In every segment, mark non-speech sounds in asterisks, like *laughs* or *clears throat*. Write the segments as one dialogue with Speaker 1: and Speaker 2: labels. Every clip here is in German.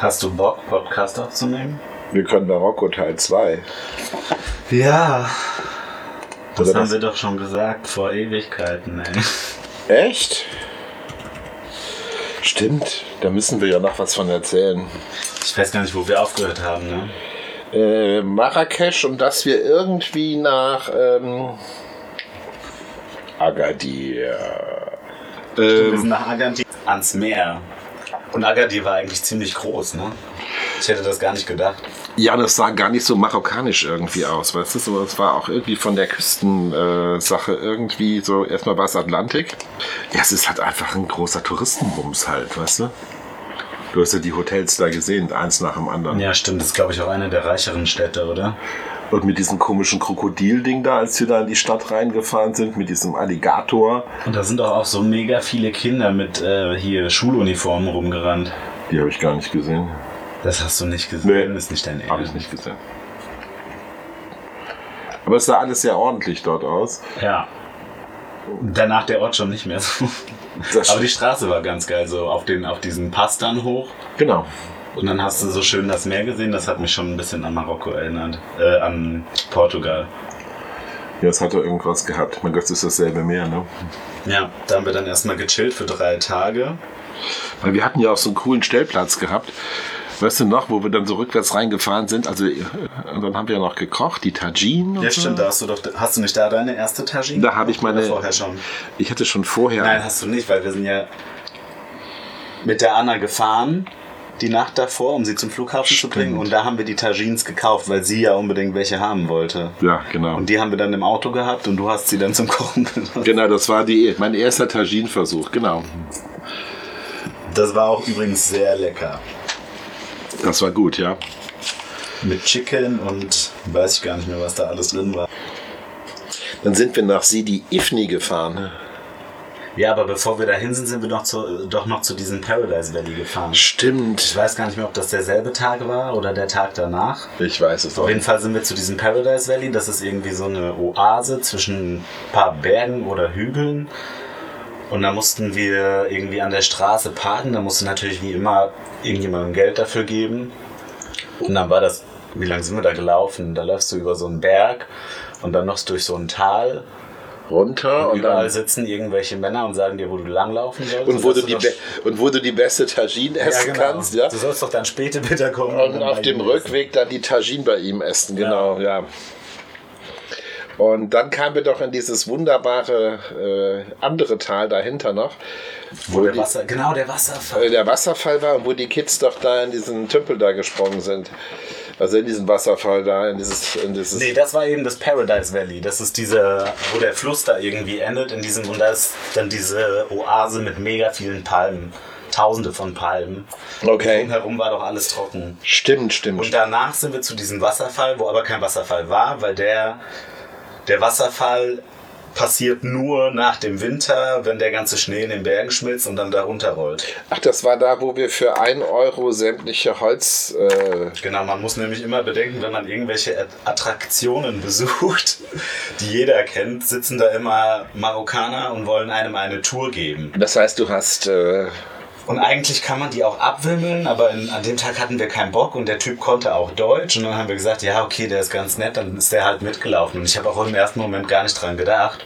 Speaker 1: Hast du Bock, Podcast aufzunehmen?
Speaker 2: Wir können Marokko Teil 2.
Speaker 1: Ja. Das
Speaker 2: Oder
Speaker 1: haben
Speaker 2: was?
Speaker 1: wir doch schon gesagt, vor Ewigkeiten, ey.
Speaker 2: Echt? Stimmt, da müssen wir ja noch was von erzählen.
Speaker 1: Ich weiß gar nicht, wo wir aufgehört haben, ne?
Speaker 2: Äh, Marrakesch und dass wir irgendwie nach ähm, Agadir. Ähm,
Speaker 1: Wir sind nach Agadir ans Meer. Und Agadir war eigentlich ziemlich groß, ne? Ich hätte das gar nicht gedacht.
Speaker 2: Ja, das sah gar nicht so marokkanisch irgendwie aus, weißt du? So, Es war auch irgendwie von der Küstensache äh, Sache irgendwie so, erstmal war es Atlantik. Ja, es ist halt einfach ein großer Touristenbums halt, weißt du? Du hast ja die Hotels da gesehen, eins nach dem anderen.
Speaker 1: Ja, stimmt. Das ist, glaube ich, auch eine der reicheren Städte, oder?
Speaker 2: Und mit diesem komischen Krokodilding da, als wir da in die Stadt reingefahren sind, mit diesem Alligator,
Speaker 1: Und da sind doch auch so mega viele Kinder mit äh, hier Schuluniformen rumgerannt.
Speaker 2: die habe ich gar nicht gesehen.
Speaker 1: Das hast du nicht gesehen.
Speaker 2: Nee.
Speaker 1: ist nicht dein
Speaker 2: Habe ich
Speaker 1: Ernst.
Speaker 2: nicht gesehen. Aber es sah alles sehr ordentlich dort aus.
Speaker 1: Ja. Danach der Ort schon nicht mehr so.
Speaker 2: Das
Speaker 1: Aber die Straße war ganz geil, so auf, den, auf diesen Pass dann hoch.
Speaker 2: genau.
Speaker 1: Und dann hast du so schön das Meer gesehen, das hat mich schon ein bisschen an Marokko erinnert. Äh, an Portugal.
Speaker 2: Ja, es hatte irgendwas gehabt. Mein Gott, es ist dasselbe Meer, ne?
Speaker 1: Ja, da haben wir dann erstmal gechillt für drei Tage.
Speaker 2: Weil wir hatten ja auch so einen coolen Stellplatz gehabt. Weißt du noch, wo wir dann so rückwärts reingefahren sind? Also, äh, und dann haben wir ja noch gekocht, die Tajin. und
Speaker 1: Ja,
Speaker 2: so.
Speaker 1: stimmt, da hast du doch. Hast du nicht da deine erste Tagine?
Speaker 2: Mhm. Da habe ich meine-
Speaker 1: Oder Vorher schon.
Speaker 2: Ich hatte schon vorher.
Speaker 1: Nein, hast du nicht, weil wir sind ja mit der Anna gefahren die Nacht davor, um sie zum Flughafen zu bringen. Und da haben wir die Tagines gekauft, weil sie ja unbedingt welche haben wollte.
Speaker 2: Ja, genau.
Speaker 1: Und die haben wir dann im Auto gehabt und du hast sie dann zum Kochen *laughs* benutzt.
Speaker 2: Genau, das war die, mein erster Tajin-Versuch, genau.
Speaker 1: Das war auch übrigens sehr lecker.
Speaker 2: Das war gut, ja.
Speaker 1: Mit Chicken und weiß ich gar nicht mehr, was da alles drin war.
Speaker 2: Dann sind wir nach Sidi Ifni gefahren.
Speaker 1: Ja, aber bevor wir dahin sind, sind wir doch, zu, doch noch zu diesem Paradise Valley gefahren. Ich
Speaker 2: Stimmt.
Speaker 1: weiß gar nicht mehr, ob das derselbe Tag war oder der Tag danach.
Speaker 2: Ich weiß es
Speaker 1: Auf
Speaker 2: auch.
Speaker 1: jeden Fall sind wir zu diesem Paradise Valley. Das ist irgendwie so eine Oase zwischen ein paar Bergen oder Hügeln. Und da mussten wir irgendwie an der Straße parken. Da musste natürlich wie immer irgendjemandem Geld dafür geben. Und dann war das, wie lange sind wir da gelaufen? Da läufst du über so einen Berg und dann noch durch so ein Tal.
Speaker 2: Runter und
Speaker 1: Überall
Speaker 2: dann.
Speaker 1: sitzen irgendwelche Männer und sagen dir, wo du langlaufen sollst.
Speaker 2: Und wo,
Speaker 1: dass
Speaker 2: du die
Speaker 1: doch-
Speaker 2: be und wo du die beste Tajin essen
Speaker 1: genau.
Speaker 2: kannst, ja?
Speaker 1: Du sollst doch dann später *laughs* bitte kommen.
Speaker 2: Und
Speaker 1: dann
Speaker 2: auf
Speaker 1: bei
Speaker 2: dem
Speaker 1: ihm essen.
Speaker 2: Rückweg dann die Tajin bei ihm essen, genau, ja. Und dann kamen wir doch in dieses wunderbare äh, andere Tal dahinter noch,
Speaker 1: Wo der
Speaker 2: die-
Speaker 1: Wasser, genau, der Wasserfall.
Speaker 2: äh, der Wasserfall war und wo die Kids doch da in diesen Tümpel da gesprungen sind. Also in diesen Wasserfall da, in dieses. In dieses
Speaker 1: Nee, das war eben das Paradise Valley. Das ist diese, wo der Fluss da irgendwie endet in diesem und da ist dann diese Oase mit mega vielen Palmen. Tausende von Palmen.
Speaker 2: Okay.
Speaker 1: Drumherum war doch alles trocken.
Speaker 2: Stimmt, stimmt.
Speaker 1: Und danach sind wir zu diesem Wasserfall, wo aber kein Wasserfall war, weil der, der Wasserfall passiert nur nach dem Winter, wenn der ganze Schnee in den Bergen schmilzt und dann da runterrollt.
Speaker 2: Ach, das war da, wo wir für 1 Euro sämtliche Holz. Äh,
Speaker 1: Genau, man muss nämlich immer bedenken, wenn man irgendwelche Attraktionen besucht, *laughs* die jeder kennt, sitzen da immer Marokkaner und wollen einem eine Tour geben.
Speaker 2: das heißt, du hast. Äh,
Speaker 1: Und eigentlich kann man die auch abwimmeln, aber in, an dem Tag hatten wir keinen Bock und der Typ konnte auch Deutsch. Und dann haben wir gesagt, ja, okay, der ist ganz nett, dann ist der halt mitgelaufen. Und ich habe auch im ersten Moment gar nicht dran gedacht.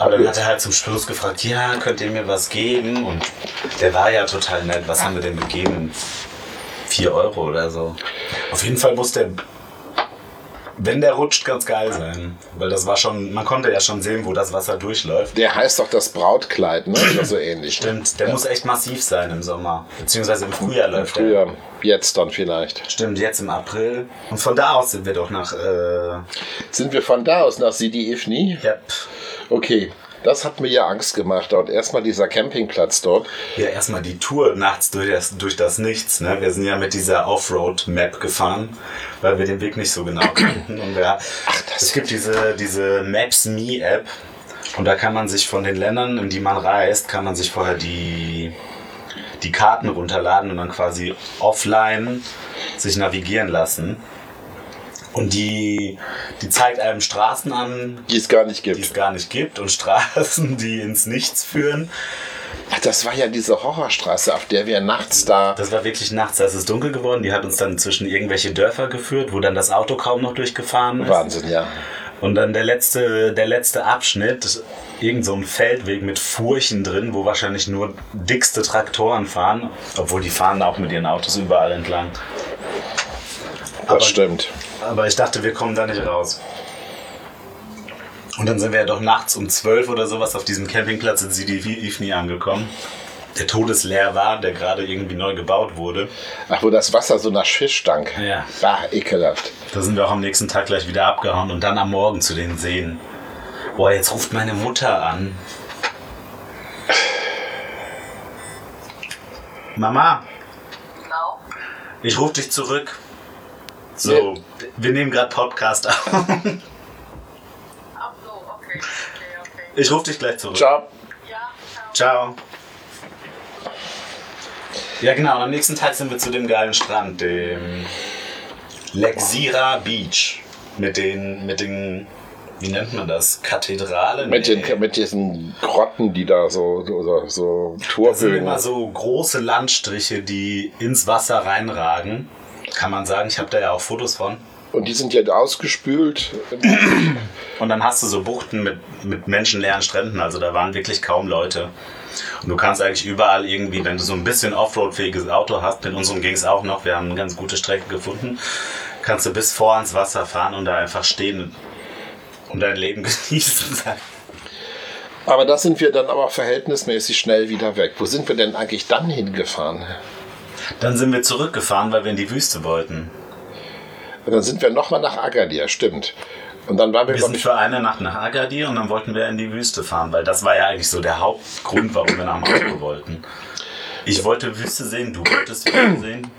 Speaker 1: Aber dann hat er halt zum Schluss gefragt, ja, könnt ihr mir was geben? Und der war ja total nett. Was haben wir denn gegeben? Vier Euro oder so. Auf jeden Fall muss der, wenn der rutscht, ganz geil sein. Weil das war schon, man konnte ja schon sehen, wo das Wasser durchläuft.
Speaker 2: der heißt doch das Brautkleid, ne? Oder so ähnlich. ne?
Speaker 1: Stimmt, der muss echt massiv sein im Sommer. Beziehungsweise im Frühjahr läuft der.
Speaker 2: Früher, jetzt dann vielleicht.
Speaker 1: Stimmt, jetzt im April. Und von da aus sind wir doch nach. Äh,
Speaker 2: Sind wir von da aus nach Sidi Ifni?
Speaker 1: ja,
Speaker 2: Okay, das hat mir ja Angst gemacht dort. Erstmal dieser Campingplatz dort.
Speaker 1: ja, erstmal die Tour nachts durch das, durch das Nichts. Ne? Wir sind ja mit dieser Offroad-Map gefahren, weil wir den Weg nicht so genau kannten. Und wir, es gibt diese, diese Maps Me-App. Und da kann man sich von den Ländern, in die man reist, kann man sich vorher die, die Karten runterladen und dann quasi offline sich navigieren lassen. Und die, die zeigt einem Straßen an,
Speaker 2: Die es gar nicht
Speaker 1: die es *laughs*
Speaker 2: gibt.
Speaker 1: gar nicht gibt und Straßen, die ins Nichts führen.
Speaker 2: Ach, das war ja diese Horrorstraße, auf der wir nachts da.
Speaker 1: Das war wirklich nachts, da ist es dunkel geworden. Die hat uns dann zwischen irgendwelche Dörfer geführt, wo dann das Auto kaum noch durchgefahren ist.
Speaker 2: Wahnsinn, ja.
Speaker 1: Und dann der letzte, der letzte Abschnitt, irgend so ein Feldweg mit Furchen drin, wo wahrscheinlich nur dickste Traktoren fahren, obwohl die fahren auch mit ihren Autos überall entlang.
Speaker 2: Das
Speaker 1: Aber-
Speaker 2: stimmt.
Speaker 1: Aber ich dachte, wir kommen da nicht raus. Und dann sind wir ja doch nachts um 12 oder sowas auf diesem Campingplatz in Sidi Ifni angekommen, der todesleer war, der gerade irgendwie neu gebaut wurde.
Speaker 2: Ach, wo das Wasser so nach Fisch stank.
Speaker 1: Ja.
Speaker 2: Bah, ekelhaft.
Speaker 1: Da sind wir auch am nächsten Tag gleich wieder abgehauen und dann am Morgen zu den Seen. Boah, jetzt ruft meine Mutter an. Mama,
Speaker 3: Genau.
Speaker 1: ich rufe dich zurück. So, wir nehmen gerade Podcast auf. *laughs*
Speaker 3: Ach so, Oh, okay. Okay, okay.
Speaker 1: Ich rufe dich gleich zurück.
Speaker 2: Ciao.
Speaker 3: Ja,
Speaker 1: Ciao.
Speaker 3: ciao.
Speaker 1: Ja, genau. und Am nächsten Tag sind wir zu dem geilen Strand, dem Lexira Beach. Mit den, mit den, wie nennt man das? Kathedralen?
Speaker 2: Mit,
Speaker 1: Nee.
Speaker 2: den, mit diesen Grotten, die da so, oder so
Speaker 1: Das sind
Speaker 2: Torbögen.
Speaker 1: immer so große Landstriche, die ins Wasser reinragen. Kann man sagen, ich habe da ja auch Fotos von.
Speaker 2: Und die sind ja ausgespült.
Speaker 1: Und dann hast du so Buchten mit, mit menschenleeren Stränden, also da waren wirklich kaum Leute. Und du kannst eigentlich überall irgendwie, wenn du so ein bisschen Offroad-fähiges Auto hast, mit unserem ging es auch noch, wir haben eine ganz gute Strecke gefunden, kannst du bis vor ans Wasser fahren und da einfach stehen und dein Leben *laughs* genießen.
Speaker 2: Aber da sind wir dann aber verhältnismäßig schnell wieder weg. Wo sind wir denn eigentlich dann hingefahren?
Speaker 1: Dann sind wir zurückgefahren, weil wir in die Wüste wollten.
Speaker 2: Und Also dann sind wir nochmal nach Agadir, stimmt. Und dann waren wir,
Speaker 1: Wir
Speaker 2: glaub
Speaker 1: sind
Speaker 2: ich,
Speaker 1: für eine Nacht nach Agadir und dann wollten wir in die Wüste fahren, weil das war ja eigentlich so der Hauptgrund, warum wir nach *clears throat* Marokko wollten. Ich wollte Wüste sehen, du wolltest *clears throat* Wüste sehen.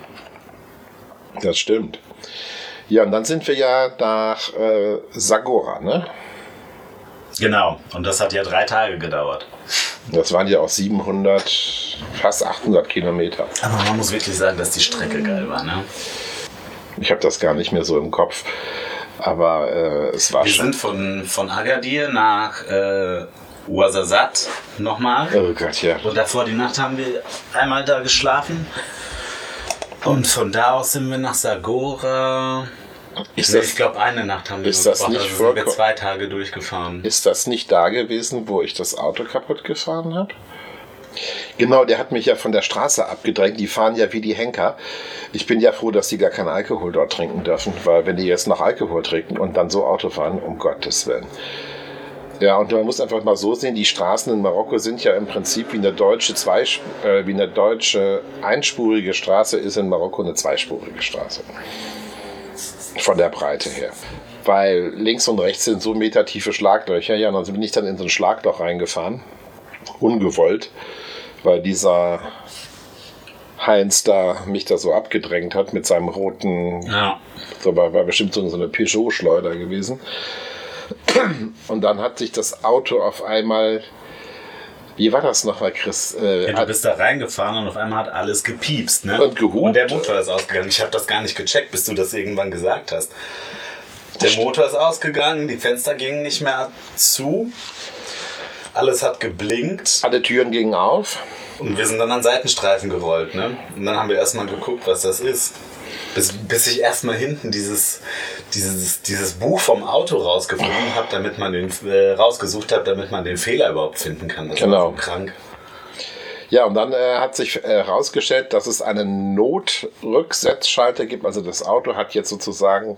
Speaker 2: das stimmt. Ja, und dann sind wir ja nach äh, Sagora, ne?
Speaker 1: Genau, und das hat ja drei Tage gedauert.
Speaker 2: Das waren ja auch 700, fast 800 Kilometer.
Speaker 1: Aber man muss wirklich sagen, dass die Strecke geil war, ne?
Speaker 2: Ich habe das gar nicht mehr so im Kopf. Aber äh, es war
Speaker 1: Wir
Speaker 2: schon.
Speaker 1: sind von, von Agadir nach äh, Ouarzazate nochmal.
Speaker 2: Oh Gott, ja.
Speaker 1: Und davor die Nacht haben wir einmal da geschlafen. Und von da aus sind wir nach Sagora.
Speaker 2: Ist
Speaker 1: Nee,
Speaker 2: das-
Speaker 1: ich glaube, eine Nacht haben wir
Speaker 2: ist
Speaker 1: nur
Speaker 2: das nicht
Speaker 1: also sind wir
Speaker 2: vollkommen-
Speaker 1: zwei Tage durchgefahren.
Speaker 2: Ist das nicht da gewesen, wo ich das Auto kaputt gefahren habe? Genau, der hat mich ja von der Straße abgedrängt. Die fahren ja wie die Henker. Ich bin ja froh, dass die gar keinen Alkohol dort trinken dürfen, weil wenn die jetzt noch Alkohol trinken und dann so Auto fahren, um Gottes Willen. Ja, und man muss einfach mal so sehen, die Straßen in Marokko sind ja im Prinzip wie eine deutsche, zwei, äh, wie eine deutsche einspurige Straße ist in Marokko eine zweispurige Straße von der Breite her. Weil links und rechts sind so metertiefe Schlaglöcher. Ja, und dann bin ich dann in so ein Schlagloch reingefahren. Ungewollt. Weil dieser Heinz da mich da so abgedrängt hat mit seinem roten,
Speaker 1: Ja.
Speaker 2: so war, war bestimmt so eine Peugeot-Schleuder gewesen. Und dann hat sich das Auto auf einmal, wie war das nochmal, Chris? Äh,
Speaker 1: Ja, du bist da reingefahren und auf einmal hat alles gepiepst, ne?
Speaker 2: Und gehupt.
Speaker 1: Und der Motor ist ausgegangen. Ich habe das gar nicht gecheckt, bis du das irgendwann gesagt hast. Der Motor ist ausgegangen, die Fenster gingen nicht mehr zu. Alles hat geblinkt
Speaker 2: alle Türen gingen auf.
Speaker 1: und wir sind dann an Seitenstreifen gerollt, ne? Und dann haben wir erstmal geguckt, was das ist. Bis, bis ich erstmal hinten dieses, dieses, dieses Buch vom Auto rausgefunden habe, damit man den äh, rausgesucht habe, damit man den Fehler überhaupt finden kann. Das
Speaker 2: Genau.
Speaker 1: war so krank.
Speaker 2: Ja, und dann äh, hat sich äh, herausgestellt, dass es einen Notrücksetzschalter gibt. Also das Auto hat jetzt sozusagen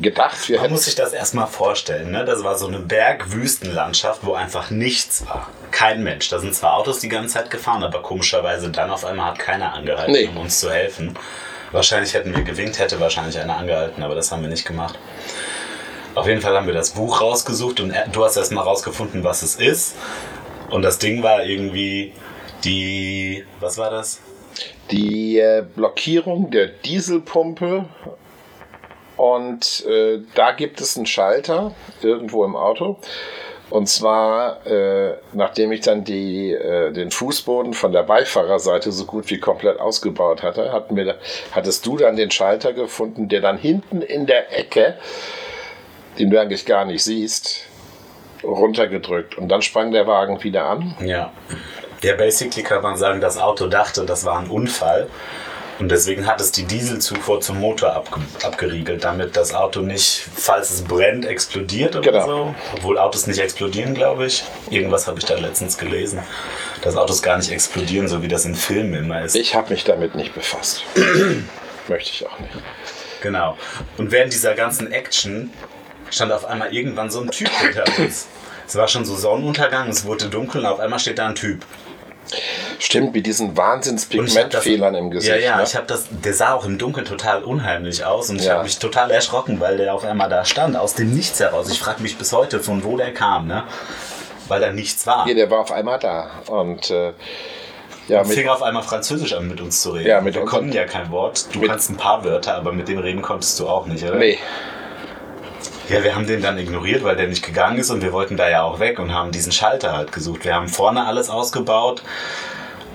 Speaker 2: gedacht, wir
Speaker 1: Man
Speaker 2: hätten.
Speaker 1: muss sich das erstmal vorstellen. Ne? Das war so eine Berg-Wüstenlandschaft, wo einfach nichts war. Kein Mensch. Da sind zwar Autos die ganze Zeit gefahren, aber komischerweise dann auf einmal hat keiner angehalten,
Speaker 2: Nee.
Speaker 1: um uns zu helfen. Wahrscheinlich hätten wir gewinkt, hätte wahrscheinlich einer angehalten, aber das haben wir nicht gemacht. Auf jeden Fall haben wir das Buch rausgesucht und er- du hast erstmal rausgefunden, was es ist. Und das Ding war irgendwie die. Was war das?
Speaker 2: Die äh, Blockierung der Dieselpumpe. Und äh, da gibt es einen Schalter irgendwo im Auto. Und zwar, äh, nachdem ich dann die, äh, den Fußboden von der Beifahrerseite so gut wie komplett ausgebaut hatte, hat mir, hattest du dann den Schalter gefunden, der dann hinten in der Ecke, den du eigentlich gar nicht siehst, runtergedrückt. Und dann sprang der Wagen wieder an.
Speaker 1: Ja. Ja, basically kann man sagen, das Auto dachte, das war ein Unfall. Und deswegen hat es die Dieselzufuhr zum Motor abge abgeriegelt, damit das Auto nicht, falls es brennt, explodiert oder
Speaker 2: Genau.
Speaker 1: so. Obwohl Autos nicht explodieren, glaube ich. Irgendwas habe ich da letztens gelesen, dass Autos gar nicht explodieren, so wie das in Filmen immer ist.
Speaker 2: Ich habe mich damit nicht befasst. *clears throat* Möchte ich auch nicht.
Speaker 1: Genau. Und während dieser ganzen Action stand auf einmal irgendwann so ein Typ hinter uns. Es war schon so Sonnenuntergang, es wurde dunkel und auf einmal steht da ein Typ.
Speaker 2: Stimmt, mit diesen
Speaker 1: Und ich hab das-
Speaker 2: Wahnsinnspigmentfehlern im Gesicht.
Speaker 1: Ja, ja,
Speaker 2: ne?
Speaker 1: ich habe das, der sah auch im Dunkeln total unheimlich aus und ich
Speaker 2: Ja.
Speaker 1: habe mich total erschrocken, weil der auf einmal da stand, aus dem Nichts heraus. Ich frage mich bis heute, von wo der kam, ne? Weil da nichts war.
Speaker 2: Ja, der war auf einmal da. Und äh, ja,
Speaker 1: Und
Speaker 2: mit,
Speaker 1: fing auf einmal Französisch an, mit uns zu reden.
Speaker 2: Ja, mit
Speaker 1: Wir
Speaker 2: uns-
Speaker 1: konnten ja kein Wort. Du
Speaker 2: mit-
Speaker 1: kannst ein paar Wörter, aber mit dem reden konntest du auch nicht, oder?
Speaker 2: nee,
Speaker 1: Ja, wir haben den dann ignoriert, weil der nicht gegangen ist und wir wollten da ja auch weg und haben diesen Schalter halt gesucht. Wir haben vorne alles ausgebaut,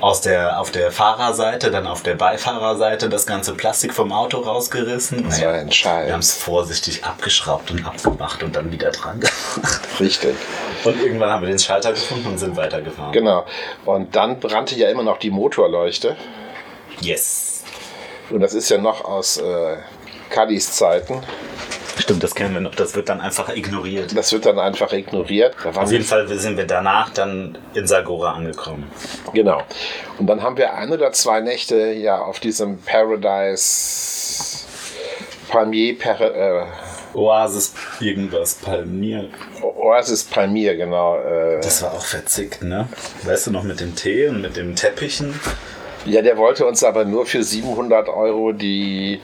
Speaker 1: aus der, auf der Fahrerseite, dann auf der Beifahrerseite das ganze Plastik vom Auto rausgerissen.
Speaker 2: das war ein Schal.
Speaker 1: wir haben es vorsichtig abgeschraubt und abgemacht und dann wieder dran gemacht.
Speaker 2: Richtig.
Speaker 1: Und irgendwann haben wir den Schalter gefunden und sind weitergefahren.
Speaker 2: Genau. Und dann brannte ja immer noch die Motorleuchte.
Speaker 1: Yes.
Speaker 2: Und das ist ja noch aus äh, Kallis Zeiten.
Speaker 1: Stimmt, das kennen wir noch. Das wird dann einfach ignoriert.
Speaker 2: Das wird dann einfach ignoriert. Da waren
Speaker 1: Auf jeden Fall sind wir danach dann in Sagora angekommen.
Speaker 2: Genau. Und dann haben wir ein oder zwei Nächte ja auf diesem Paradise Palmier Par äh,
Speaker 1: Oasis, irgendwas, Palmier.
Speaker 2: Oasis Palmier, genau. Äh,
Speaker 1: Das war auch verzickt, ne? Weißt du noch mit dem Tee und mit dem Teppichen?
Speaker 2: ja, der wollte uns aber nur für 700 Euro die,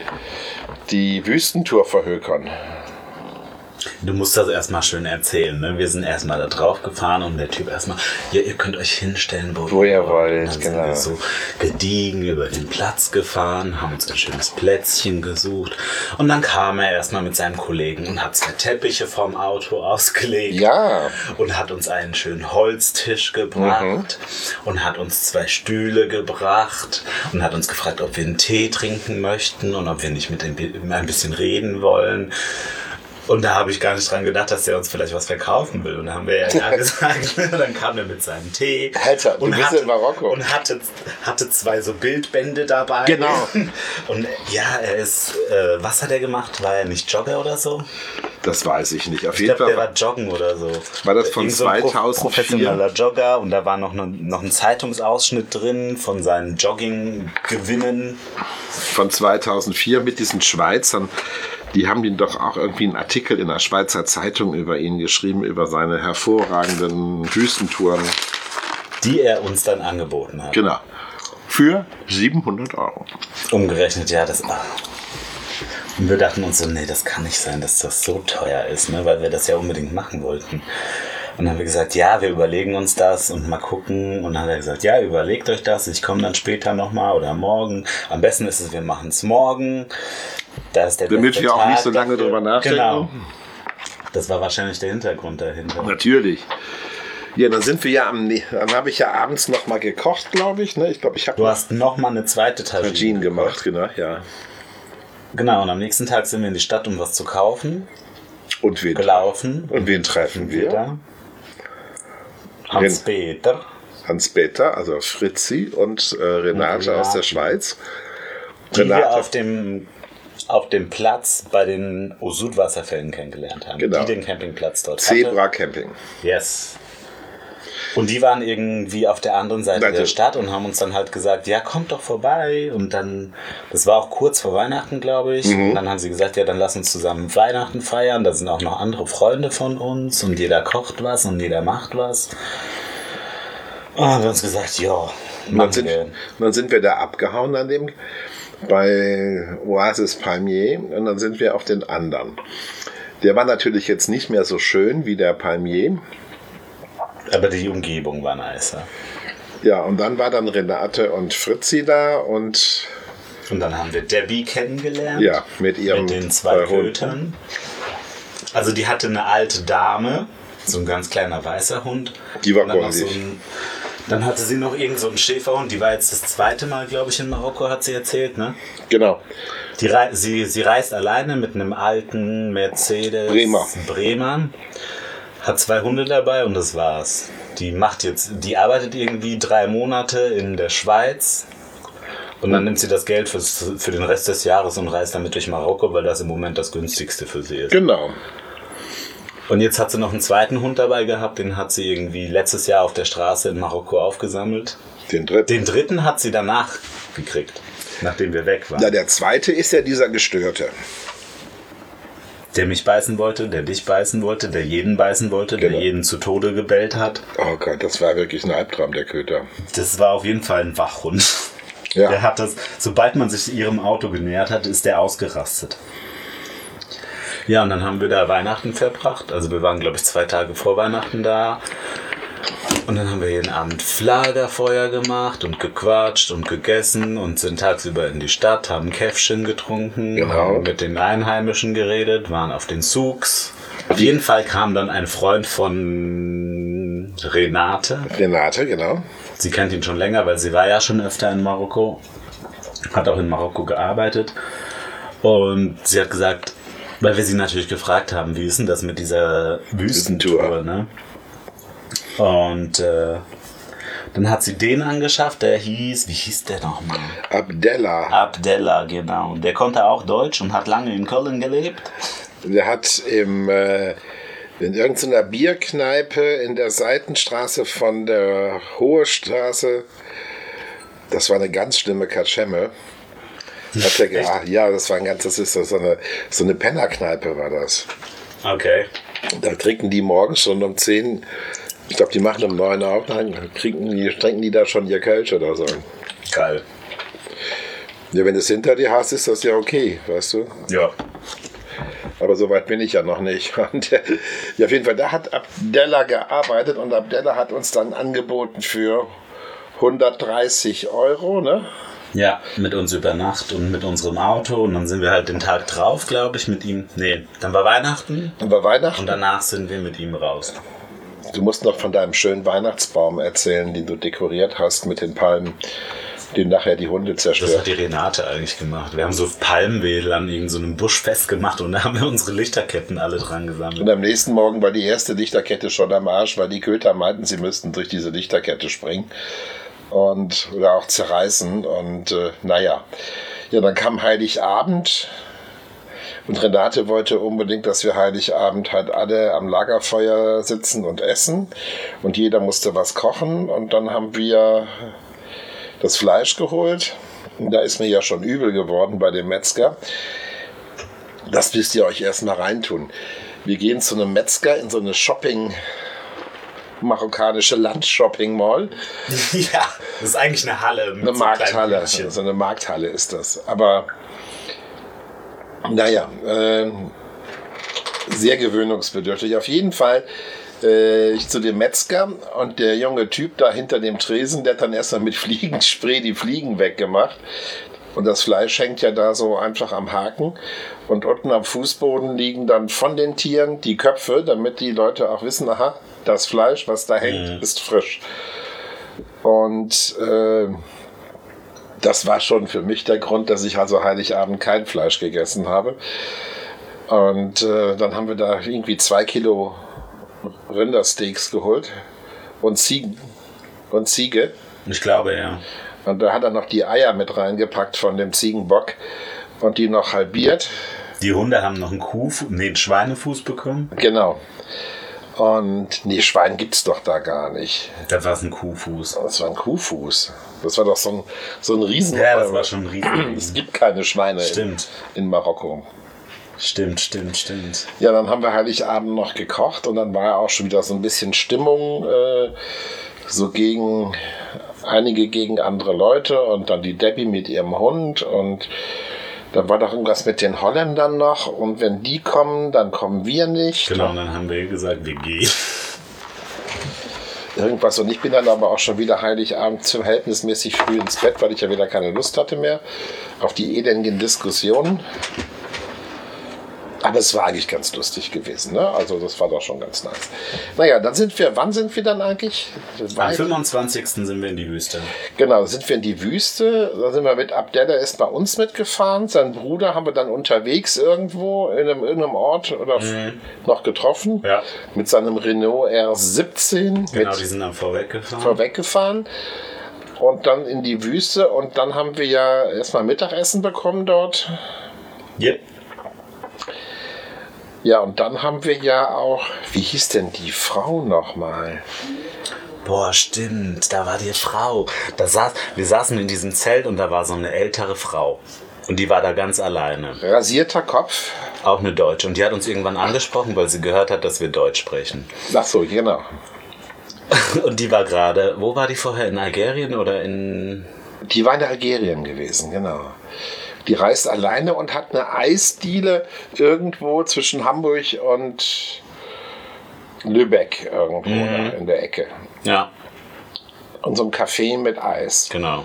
Speaker 2: die Wüstentour verhökern.
Speaker 1: Du musst das erstmal schön erzählen, ne? Wir sind erstmal da drauf gefahren und der Typ erstmal, ja, ihr könnt euch hinstellen, wo,
Speaker 2: Wo ihr wollt,
Speaker 1: Und dann
Speaker 2: genau.
Speaker 1: Sind wir so gediegen über den Platz gefahren, haben uns ein schönes Plätzchen gesucht und dann kam er erstmal mit seinem Kollegen und hat zwei Teppiche vorm Auto ausgelegt.
Speaker 2: Ja,
Speaker 1: und hat uns einen schönen Holztisch gebracht
Speaker 2: Mhm.
Speaker 1: und hat uns zwei Stühle gebracht und hat uns gefragt, ob wir einen Tee trinken möchten und ob wir nicht mit dem Bi- ein bisschen reden wollen. Und da habe ich gar nicht dran gedacht, dass der uns vielleicht was verkaufen will. Und da haben wir ja,
Speaker 2: *laughs*
Speaker 1: ja gesagt. *laughs* Und dann kam er mit seinem Tee.
Speaker 2: Alter, du bist in Marokko.
Speaker 1: Und hatte, hatte zwei so Bildbände dabei.
Speaker 2: Genau.
Speaker 1: *laughs* Und ja, er ist, äh, was hat er gemacht? War er nicht Jogger oder so?
Speaker 2: das weiß ich nicht. Auf
Speaker 1: Ich
Speaker 2: jeden
Speaker 1: glaube, der
Speaker 2: Fall.
Speaker 1: war joggen oder so.
Speaker 2: War das von
Speaker 1: Irgend so ein Pro-
Speaker 2: 2004?
Speaker 1: Professioneller Jogger und da war noch, ne, noch ein Zeitungsausschnitt drin von seinen Jogging-Gewinnen.
Speaker 2: von 2004 mit diesen Schweizern. Die haben ihn doch auch irgendwie einen Artikel in der Schweizer Zeitung über ihn geschrieben, über seine hervorragenden Wüstentouren.
Speaker 1: Die er uns dann angeboten hat.
Speaker 2: Genau. Für 700 Euro.
Speaker 1: Umgerechnet, ja, das. ah. Und wir dachten uns so, nee, das kann nicht sein, dass das so teuer ist, ne? weil wir das ja unbedingt machen wollten. Und dann haben wir gesagt, ja, wir überlegen uns das und mal gucken. Und dann hat er gesagt, ja, überlegt euch das, ich komme dann später nochmal oder morgen. Am besten ist es, wir machen es morgen. Da ist der
Speaker 2: Damit
Speaker 1: beste
Speaker 2: wir auch
Speaker 1: Tag
Speaker 2: nicht so lange
Speaker 1: dafür.
Speaker 2: drüber nachdenken.
Speaker 1: Genau. Das war wahrscheinlich der Hintergrund dahinter.
Speaker 2: Natürlich. Ja, dann sind wir ja am. nä- Dann habe ich ja abends nochmal gekocht, glaube ich. Ne? Ich glaube, ich
Speaker 1: Du
Speaker 2: habe
Speaker 1: hast nochmal eine zweite Tagine.
Speaker 2: Jean gemacht, genau, ja.
Speaker 1: Genau, und am nächsten Tag sind wir in die Stadt, um was zu kaufen.
Speaker 2: Und wen,
Speaker 1: Gelaufen.
Speaker 2: und wen treffen wir?
Speaker 1: Peter. Hans-Peter.
Speaker 2: Hans Peter, also Fritzi und äh, Renate
Speaker 1: Renate.
Speaker 2: aus der Schweiz.
Speaker 1: Die wir
Speaker 2: Renate
Speaker 1: auf dem, auf dem Platz bei den Osud-Wasserfällen kennengelernt haben.
Speaker 2: Genau.
Speaker 1: Die den Campingplatz dort
Speaker 2: Zebra Camping.
Speaker 1: hatte. Yes. Und die waren irgendwie auf der anderen Seite
Speaker 2: Seite.
Speaker 1: der Stadt und haben uns dann halt gesagt, ja, kommt doch vorbei. Und dann, das war auch kurz vor Weihnachten, glaube ich. Und dann haben sie gesagt, ja, dann lass uns zusammen Weihnachten feiern. Da sind auch noch andere Freunde von uns und jeder kocht was und jeder macht was. Und haben wir uns gesagt, ja,
Speaker 2: Dann
Speaker 1: machen
Speaker 2: sind,
Speaker 1: wir.
Speaker 2: dann sind wir da abgehauen an dem bei Oasis Palmier und dann sind wir auf den anderen. Der war natürlich jetzt nicht mehr so schön wie der Palmier.
Speaker 1: Aber die Umgebung war nicer.
Speaker 2: Ja, und dann war dann Renate und Fritzi da und
Speaker 1: Und dann haben wir Debbie kennengelernt.
Speaker 2: ja, mit ihrem
Speaker 1: Mit den zwei
Speaker 2: äh, Hund.
Speaker 1: Kötern. Also die hatte eine alte Dame, so ein ganz kleiner weißer Hund.
Speaker 2: Die war
Speaker 1: Und dann noch
Speaker 2: goldig.
Speaker 1: ein- Dann hatte sie noch irgend so einen Schäferhund, die war jetzt das zweite Mal, glaube ich, in Marokko, hat sie erzählt, ne?
Speaker 2: Genau.
Speaker 1: Die rei sie, sie reist alleine mit einem alten Mercedes
Speaker 2: Bremer.
Speaker 1: Bremer. Hat zwei Hunde dabei und das war's. Die macht jetzt, die arbeitet irgendwie drei Monate in der Schweiz und dann nimmt sie das Geld fürs, für den Rest des Jahres und reist damit durch Marokko, weil das im Moment das günstigste für sie ist.
Speaker 2: Genau.
Speaker 1: Und jetzt hat sie noch einen zweiten Hund dabei gehabt, den hat sie irgendwie letztes Jahr auf der Straße in Marokko aufgesammelt.
Speaker 2: Den dritten.
Speaker 1: Den dritten hat sie danach gekriegt, nachdem wir weg waren.
Speaker 2: Na, der zweite ist ja dieser Gestörte.
Speaker 1: Der mich beißen wollte, der dich beißen wollte, der jeden beißen wollte,
Speaker 2: Genau.
Speaker 1: der jeden zu Tode gebellt hat.
Speaker 2: Oh Gott, das war wirklich ein Albtraum, der Köter.
Speaker 1: Das war auf jeden Fall ein Wachhund.
Speaker 2: Ja.
Speaker 1: Der hat das, sobald man sich ihrem Auto genähert hat, ist der ausgerastet. Ja, und dann haben wir da Weihnachten verbracht. Also wir waren, glaube ich, zwei Tage vor Weihnachten da. Und dann haben wir jeden Abend Lagerfeuer gemacht und gequatscht und gegessen und sind tagsüber in die Stadt, haben Käffchen getrunken,
Speaker 2: Genau.
Speaker 1: haben mit den Einheimischen geredet, waren auf den Zugs. Auf jeden Fall kam dann ein Freund von Renate.
Speaker 2: Renate, genau.
Speaker 1: Sie kennt ihn schon länger, weil sie war ja schon öfter in Marokko, hat auch in Marokko gearbeitet. Und sie hat gesagt, weil wir sie natürlich gefragt haben, wie ist denn das mit dieser Wüstentour,
Speaker 2: Wüstentour.
Speaker 1: ne? Und äh, dann hat sie den angeschafft, der hieß, wie hieß der nochmal?
Speaker 2: Abdella,
Speaker 1: Abdella, genau. Der konnte auch Deutsch und hat lange in Köln gelebt.
Speaker 2: der hat im, äh, in irgendeiner Bierkneipe in der Seitenstraße von der Hohe Straße, das war eine ganz schlimme Kaschemme. Hat der, ge- ah, ja, das war ein ganz, das ist so so eine, so eine Pennerkneipe war das.
Speaker 1: Okay.
Speaker 2: Da trinken die morgens schon um 10, ich glaube, die machen um 9 auf, dann trinken die, trinken die da schon ihr Kölsch oder so.
Speaker 1: Geil.
Speaker 2: Ja, wenn du es hinter dir hast, ist das ja okay, weißt du?
Speaker 1: Ja.
Speaker 2: Aber so weit bin ich ja noch nicht. *laughs* Und, äh, ja, auf jeden Fall, da hat Abdella gearbeitet und Abdella hat uns dann angeboten für 130 Euro, ne?
Speaker 1: Ja, mit uns über Nacht und mit unserem Auto. Und dann sind wir halt den Tag drauf, glaube ich, mit ihm. Nee, dann war Weihnachten
Speaker 2: Über
Speaker 1: und
Speaker 2: Weihnachten.
Speaker 1: danach sind wir mit ihm raus.
Speaker 2: Du musst noch von deinem schönen Weihnachtsbaum erzählen, den du dekoriert hast mit den Palmen, den nachher die Hunde
Speaker 1: Das hat
Speaker 2: zerstört.
Speaker 1: die Renate eigentlich gemacht. Wir haben so Palmwedel an irgendeinem so einem Busch festgemacht und da haben wir unsere Lichterketten alle dran
Speaker 2: Und *laughs*
Speaker 1: gesammelt.
Speaker 2: am nächsten Morgen war die erste Lichterkette schon am Arsch, weil die Köter meinten, sie müssten durch diese Lichterkette springen und oder auch zerreißen. Und äh, naja, ja, dann kam Heiligabend und Renate wollte unbedingt, dass wir Heiligabend halt alle am Lagerfeuer sitzen und essen und jeder musste was kochen und dann haben wir das Fleisch geholt. Und Da ist mir ja schon übel geworden bei dem Metzger. Das müsst ihr euch erstmal reintun. Wir gehen zu einem Metzger in so eine Shopping, marokkanische Land-Shopping-Mall.
Speaker 1: ja, das ist eigentlich eine Halle. Mit
Speaker 2: Eine
Speaker 1: so kleinen
Speaker 2: Markthalle.
Speaker 1: Hütchen.
Speaker 2: So eine Markthalle ist das. Aber naja, ähm, sehr gewöhnungsbedürftig. Auf jeden Fall äh, ich zu dem Metzger und der junge Typ da hinter dem Tresen, der hat dann erstmal mit Fliegenspray die Fliegen weggemacht. Und das Fleisch hängt ja da so einfach am Haken. Und unten am Fußboden liegen dann von den Tieren die Köpfe, damit die Leute auch wissen, aha, das Fleisch, was da hängt,
Speaker 1: Mhm.
Speaker 2: ist frisch. Und äh, das war schon für mich der Grund, dass ich also Heiligabend kein Fleisch gegessen habe. Und äh, dann haben wir da irgendwie zwei Kilo Rindersteaks geholt und Ziegen und Ziege.
Speaker 1: Ich glaube, ja.
Speaker 2: Und da hat er noch die Eier mit reingepackt von dem Ziegenbock und die noch halbiert.
Speaker 1: Die Hunde haben noch einen Kuhfuß, nee, einen Schweinefuß bekommen.
Speaker 2: Genau. Und nee, Schwein gibt's doch da gar nicht.
Speaker 1: Da war es ein Kuhfuß.
Speaker 2: Das war ein Kuhfuß. Das war doch so ein, so ein Riesen.
Speaker 1: Ja, das war schon ein Riesen.
Speaker 2: *clears throat* Es gibt keine Schweine in,
Speaker 1: Stimmt.
Speaker 2: in Marokko.
Speaker 1: Stimmt, stimmt, stimmt.
Speaker 2: Ja, dann haben wir Heiligabend noch gekocht und dann war ja auch schon wieder so ein bisschen Stimmung, äh, so gegen einige gegen andere Leute und dann die Debbie mit ihrem Hund und dann war doch irgendwas mit den Holländern noch und wenn die kommen, dann kommen wir nicht.
Speaker 1: Genau, und dann haben wir gesagt, wir gehen.
Speaker 2: Irgendwas und ich bin dann aber auch schon wieder Heiligabend zum verhältnismäßig früh ins Bett, weil ich ja wieder keine Lust hatte mehr auf die elendigen Diskussionen. Aber es war eigentlich ganz lustig gewesen. Ne? Also das war doch schon ganz nice. Naja, dann sind wir, wann sind wir dann eigentlich? Das war
Speaker 1: Am 25. sind wir in die Wüste.
Speaker 2: Genau, sind wir in die Wüste, da sind wir mit Abdella ist bei uns mitgefahren, seinen Bruder haben wir dann unterwegs irgendwo in einem, in einem Ort oder noch getroffen,
Speaker 1: Mhm. Ja.
Speaker 2: mit seinem Renault R17
Speaker 1: Genau,
Speaker 2: mit
Speaker 1: die sind dann vorweg gefahren.
Speaker 2: vorweggefahren und dann in die Wüste und dann haben wir ja erstmal Mittagessen bekommen dort.
Speaker 1: Yep.
Speaker 2: Ja, und dann haben wir ja auch, wie hieß denn die Frau nochmal?
Speaker 1: Boah, stimmt, da war die Frau. Da saß, wir saßen in diesem Zelt und da war so eine ältere Frau. Und die war da ganz alleine.
Speaker 2: Rasierter Kopf.
Speaker 1: Auch eine Deutsche. Und die hat uns irgendwann angesprochen, weil sie gehört hat, dass wir Deutsch sprechen. *laughs*
Speaker 2: Ach so, genau.
Speaker 1: Und die war gerade, wo war die vorher? In Algerien oder in.
Speaker 2: Die war in Algerien gewesen, genau. Die reist alleine und hat eine Eisdiele irgendwo zwischen Hamburg und Lübeck irgendwo da in der Ecke.
Speaker 1: Ja,
Speaker 2: Und so ein Café mit Eis.
Speaker 1: genau.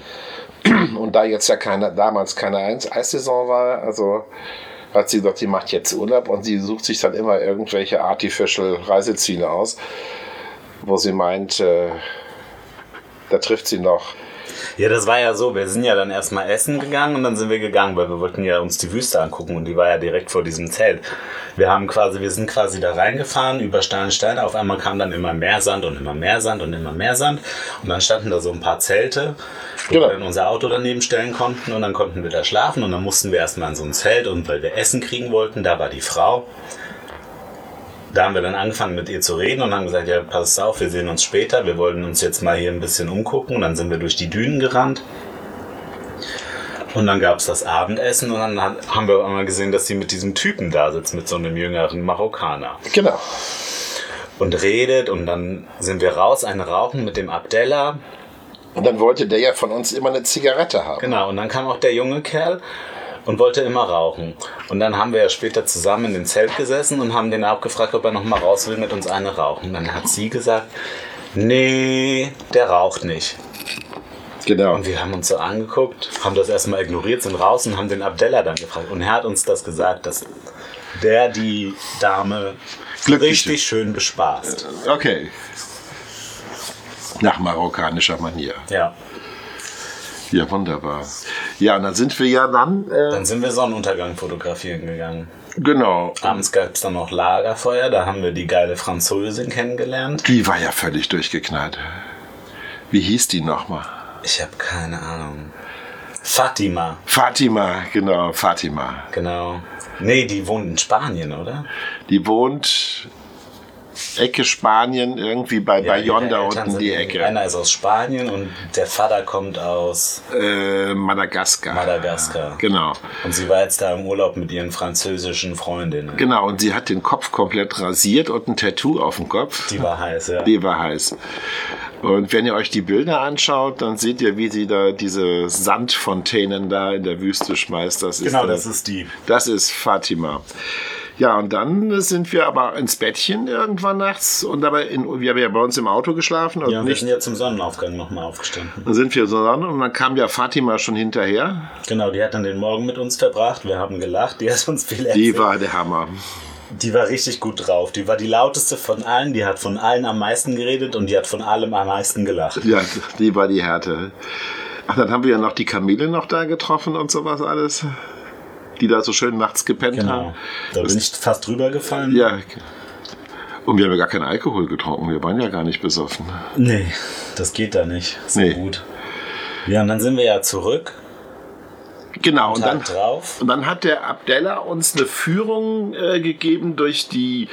Speaker 2: Und da jetzt ja keine, damals keine Eis Eissaison war, also hat sie gesagt, sie macht jetzt Urlaub und sie sucht sich dann immer irgendwelche artificial Reiseziele aus, wo sie meint, äh, da trifft sie noch
Speaker 1: Ja, das war ja so. Wir sind ja dann erstmal essen gegangen und dann sind wir gegangen, weil wir wollten ja uns die Wüste angucken und die war ja direkt vor diesem Zelt. Wir haben quasi, wir sind quasi da reingefahren über steile Steine. Auf einmal kam dann immer mehr Sand und immer mehr Sand und immer mehr Sand und dann standen da so ein paar Zelte, wo
Speaker 2: Genau.
Speaker 1: wir dann unser Auto daneben stellen konnten und dann konnten wir da schlafen und dann mussten wir erstmal in so ein Zelt und weil wir Essen kriegen wollten, da war die Frau. Da haben wir dann angefangen mit ihr zu reden und haben gesagt, ja, pass auf, wir sehen uns später, wir wollen uns jetzt mal hier ein bisschen umgucken. Und dann sind wir durch die Dünen gerannt. Und dann gab es das Abendessen und dann hat- haben wir einmal gesehen, dass sie mit diesem Typen da sitzt, mit so einem jüngeren Marokkaner
Speaker 2: Genau.
Speaker 1: und redet. Und dann sind wir raus, ein Rauchen mit dem Abdella.
Speaker 2: Und dann wollte der ja von uns immer eine Zigarette haben.
Speaker 1: Genau, und dann kam auch der junge Kerl und wollte immer rauchen. Und dann haben wir ja später zusammen in dem Zelt gesessen und haben den abgefragt, ob er nochmal raus will mit uns eine rauchen. Dann hat sie gesagt, nee, der raucht nicht.
Speaker 2: Genau.
Speaker 1: Und wir haben uns so angeguckt, haben das erstmal ignoriert, sind raus und haben den Abdella dann gefragt. Und er hat uns das gesagt, dass der die Dame
Speaker 2: Glücklich
Speaker 1: richtig schön bespaßt.
Speaker 2: Okay. Nach marokkanischer Manier.
Speaker 1: Ja.
Speaker 2: Ja, wunderbar. Ja, und dann sind wir ja dann. Äh,
Speaker 1: Dann sind wir Sonnenuntergang fotografieren gegangen.
Speaker 2: genau.
Speaker 1: Abends gab es dann noch Lagerfeuer, da haben wir die geile Französin kennengelernt.
Speaker 2: Die war ja völlig durchgeknallt. Wie hieß die nochmal?
Speaker 1: Ich habe keine Ahnung. Fatima,
Speaker 2: Fatima, genau, Fatima.
Speaker 1: genau. Nee, die wohnt in Spanien, oder?
Speaker 2: Die wohnt Ecke Spanien, irgendwie bei Bayonne da
Speaker 1: ihre Eltern
Speaker 2: unten
Speaker 1: sind-
Speaker 2: die Ecke.
Speaker 1: Einer ist aus Spanien und der Vater kommt aus
Speaker 2: Äh, Madagaskar.
Speaker 1: Madagaskar.
Speaker 2: Genau.
Speaker 1: Und sie war jetzt da im Urlaub mit ihren französischen Freundinnen.
Speaker 2: Genau, und sie hat den Kopf komplett rasiert und ein Tattoo auf dem Kopf.
Speaker 1: Die war heiß, ja.
Speaker 2: Die war heiß. Und wenn ihr euch die Bilder anschaut, dann seht ihr, wie sie da diese Sandfontänen da in der Wüste schmeißt. Das ist
Speaker 1: Genau,
Speaker 2: dann-
Speaker 1: das ist die.
Speaker 2: Das ist Fatima. Ja, und dann sind wir aber ins Bettchen irgendwann nachts und aber in, wir haben ja bei uns im Auto geschlafen und
Speaker 1: Ja, und wir
Speaker 2: nicht
Speaker 1: sind ja zum Sonnenaufgang nochmal aufgestanden.
Speaker 2: dann sind wir so ran und dann kam ja Fatima schon hinterher.
Speaker 1: Genau, die hat dann den Morgen mit uns verbracht. Wir haben gelacht, die hat uns viel erzählt.
Speaker 2: Die war der Hammer.
Speaker 1: Die war richtig gut drauf. Die war die lauteste von allen. Die hat von allen am meisten geredet und die hat von allem am meisten gelacht.
Speaker 2: Ja, die war die Härte. Ach, dann haben wir ja noch die Kamele noch da getroffen und sowas alles, die da so schön nachts gepennt
Speaker 1: Genau.
Speaker 2: haben.
Speaker 1: Da bin ich fast drüber gefallen.
Speaker 2: Ja. Und wir haben ja gar keinen Alkohol getrunken. Wir waren ja gar nicht besoffen.
Speaker 1: Nee, das geht da nicht. So
Speaker 2: Nee.
Speaker 1: gut. Ja, und dann sind wir ja zurück.
Speaker 2: Genau. Und
Speaker 1: Tag
Speaker 2: dann,
Speaker 1: drauf.
Speaker 2: und dann hat der Abdella uns eine Führung äh, gegeben durch die,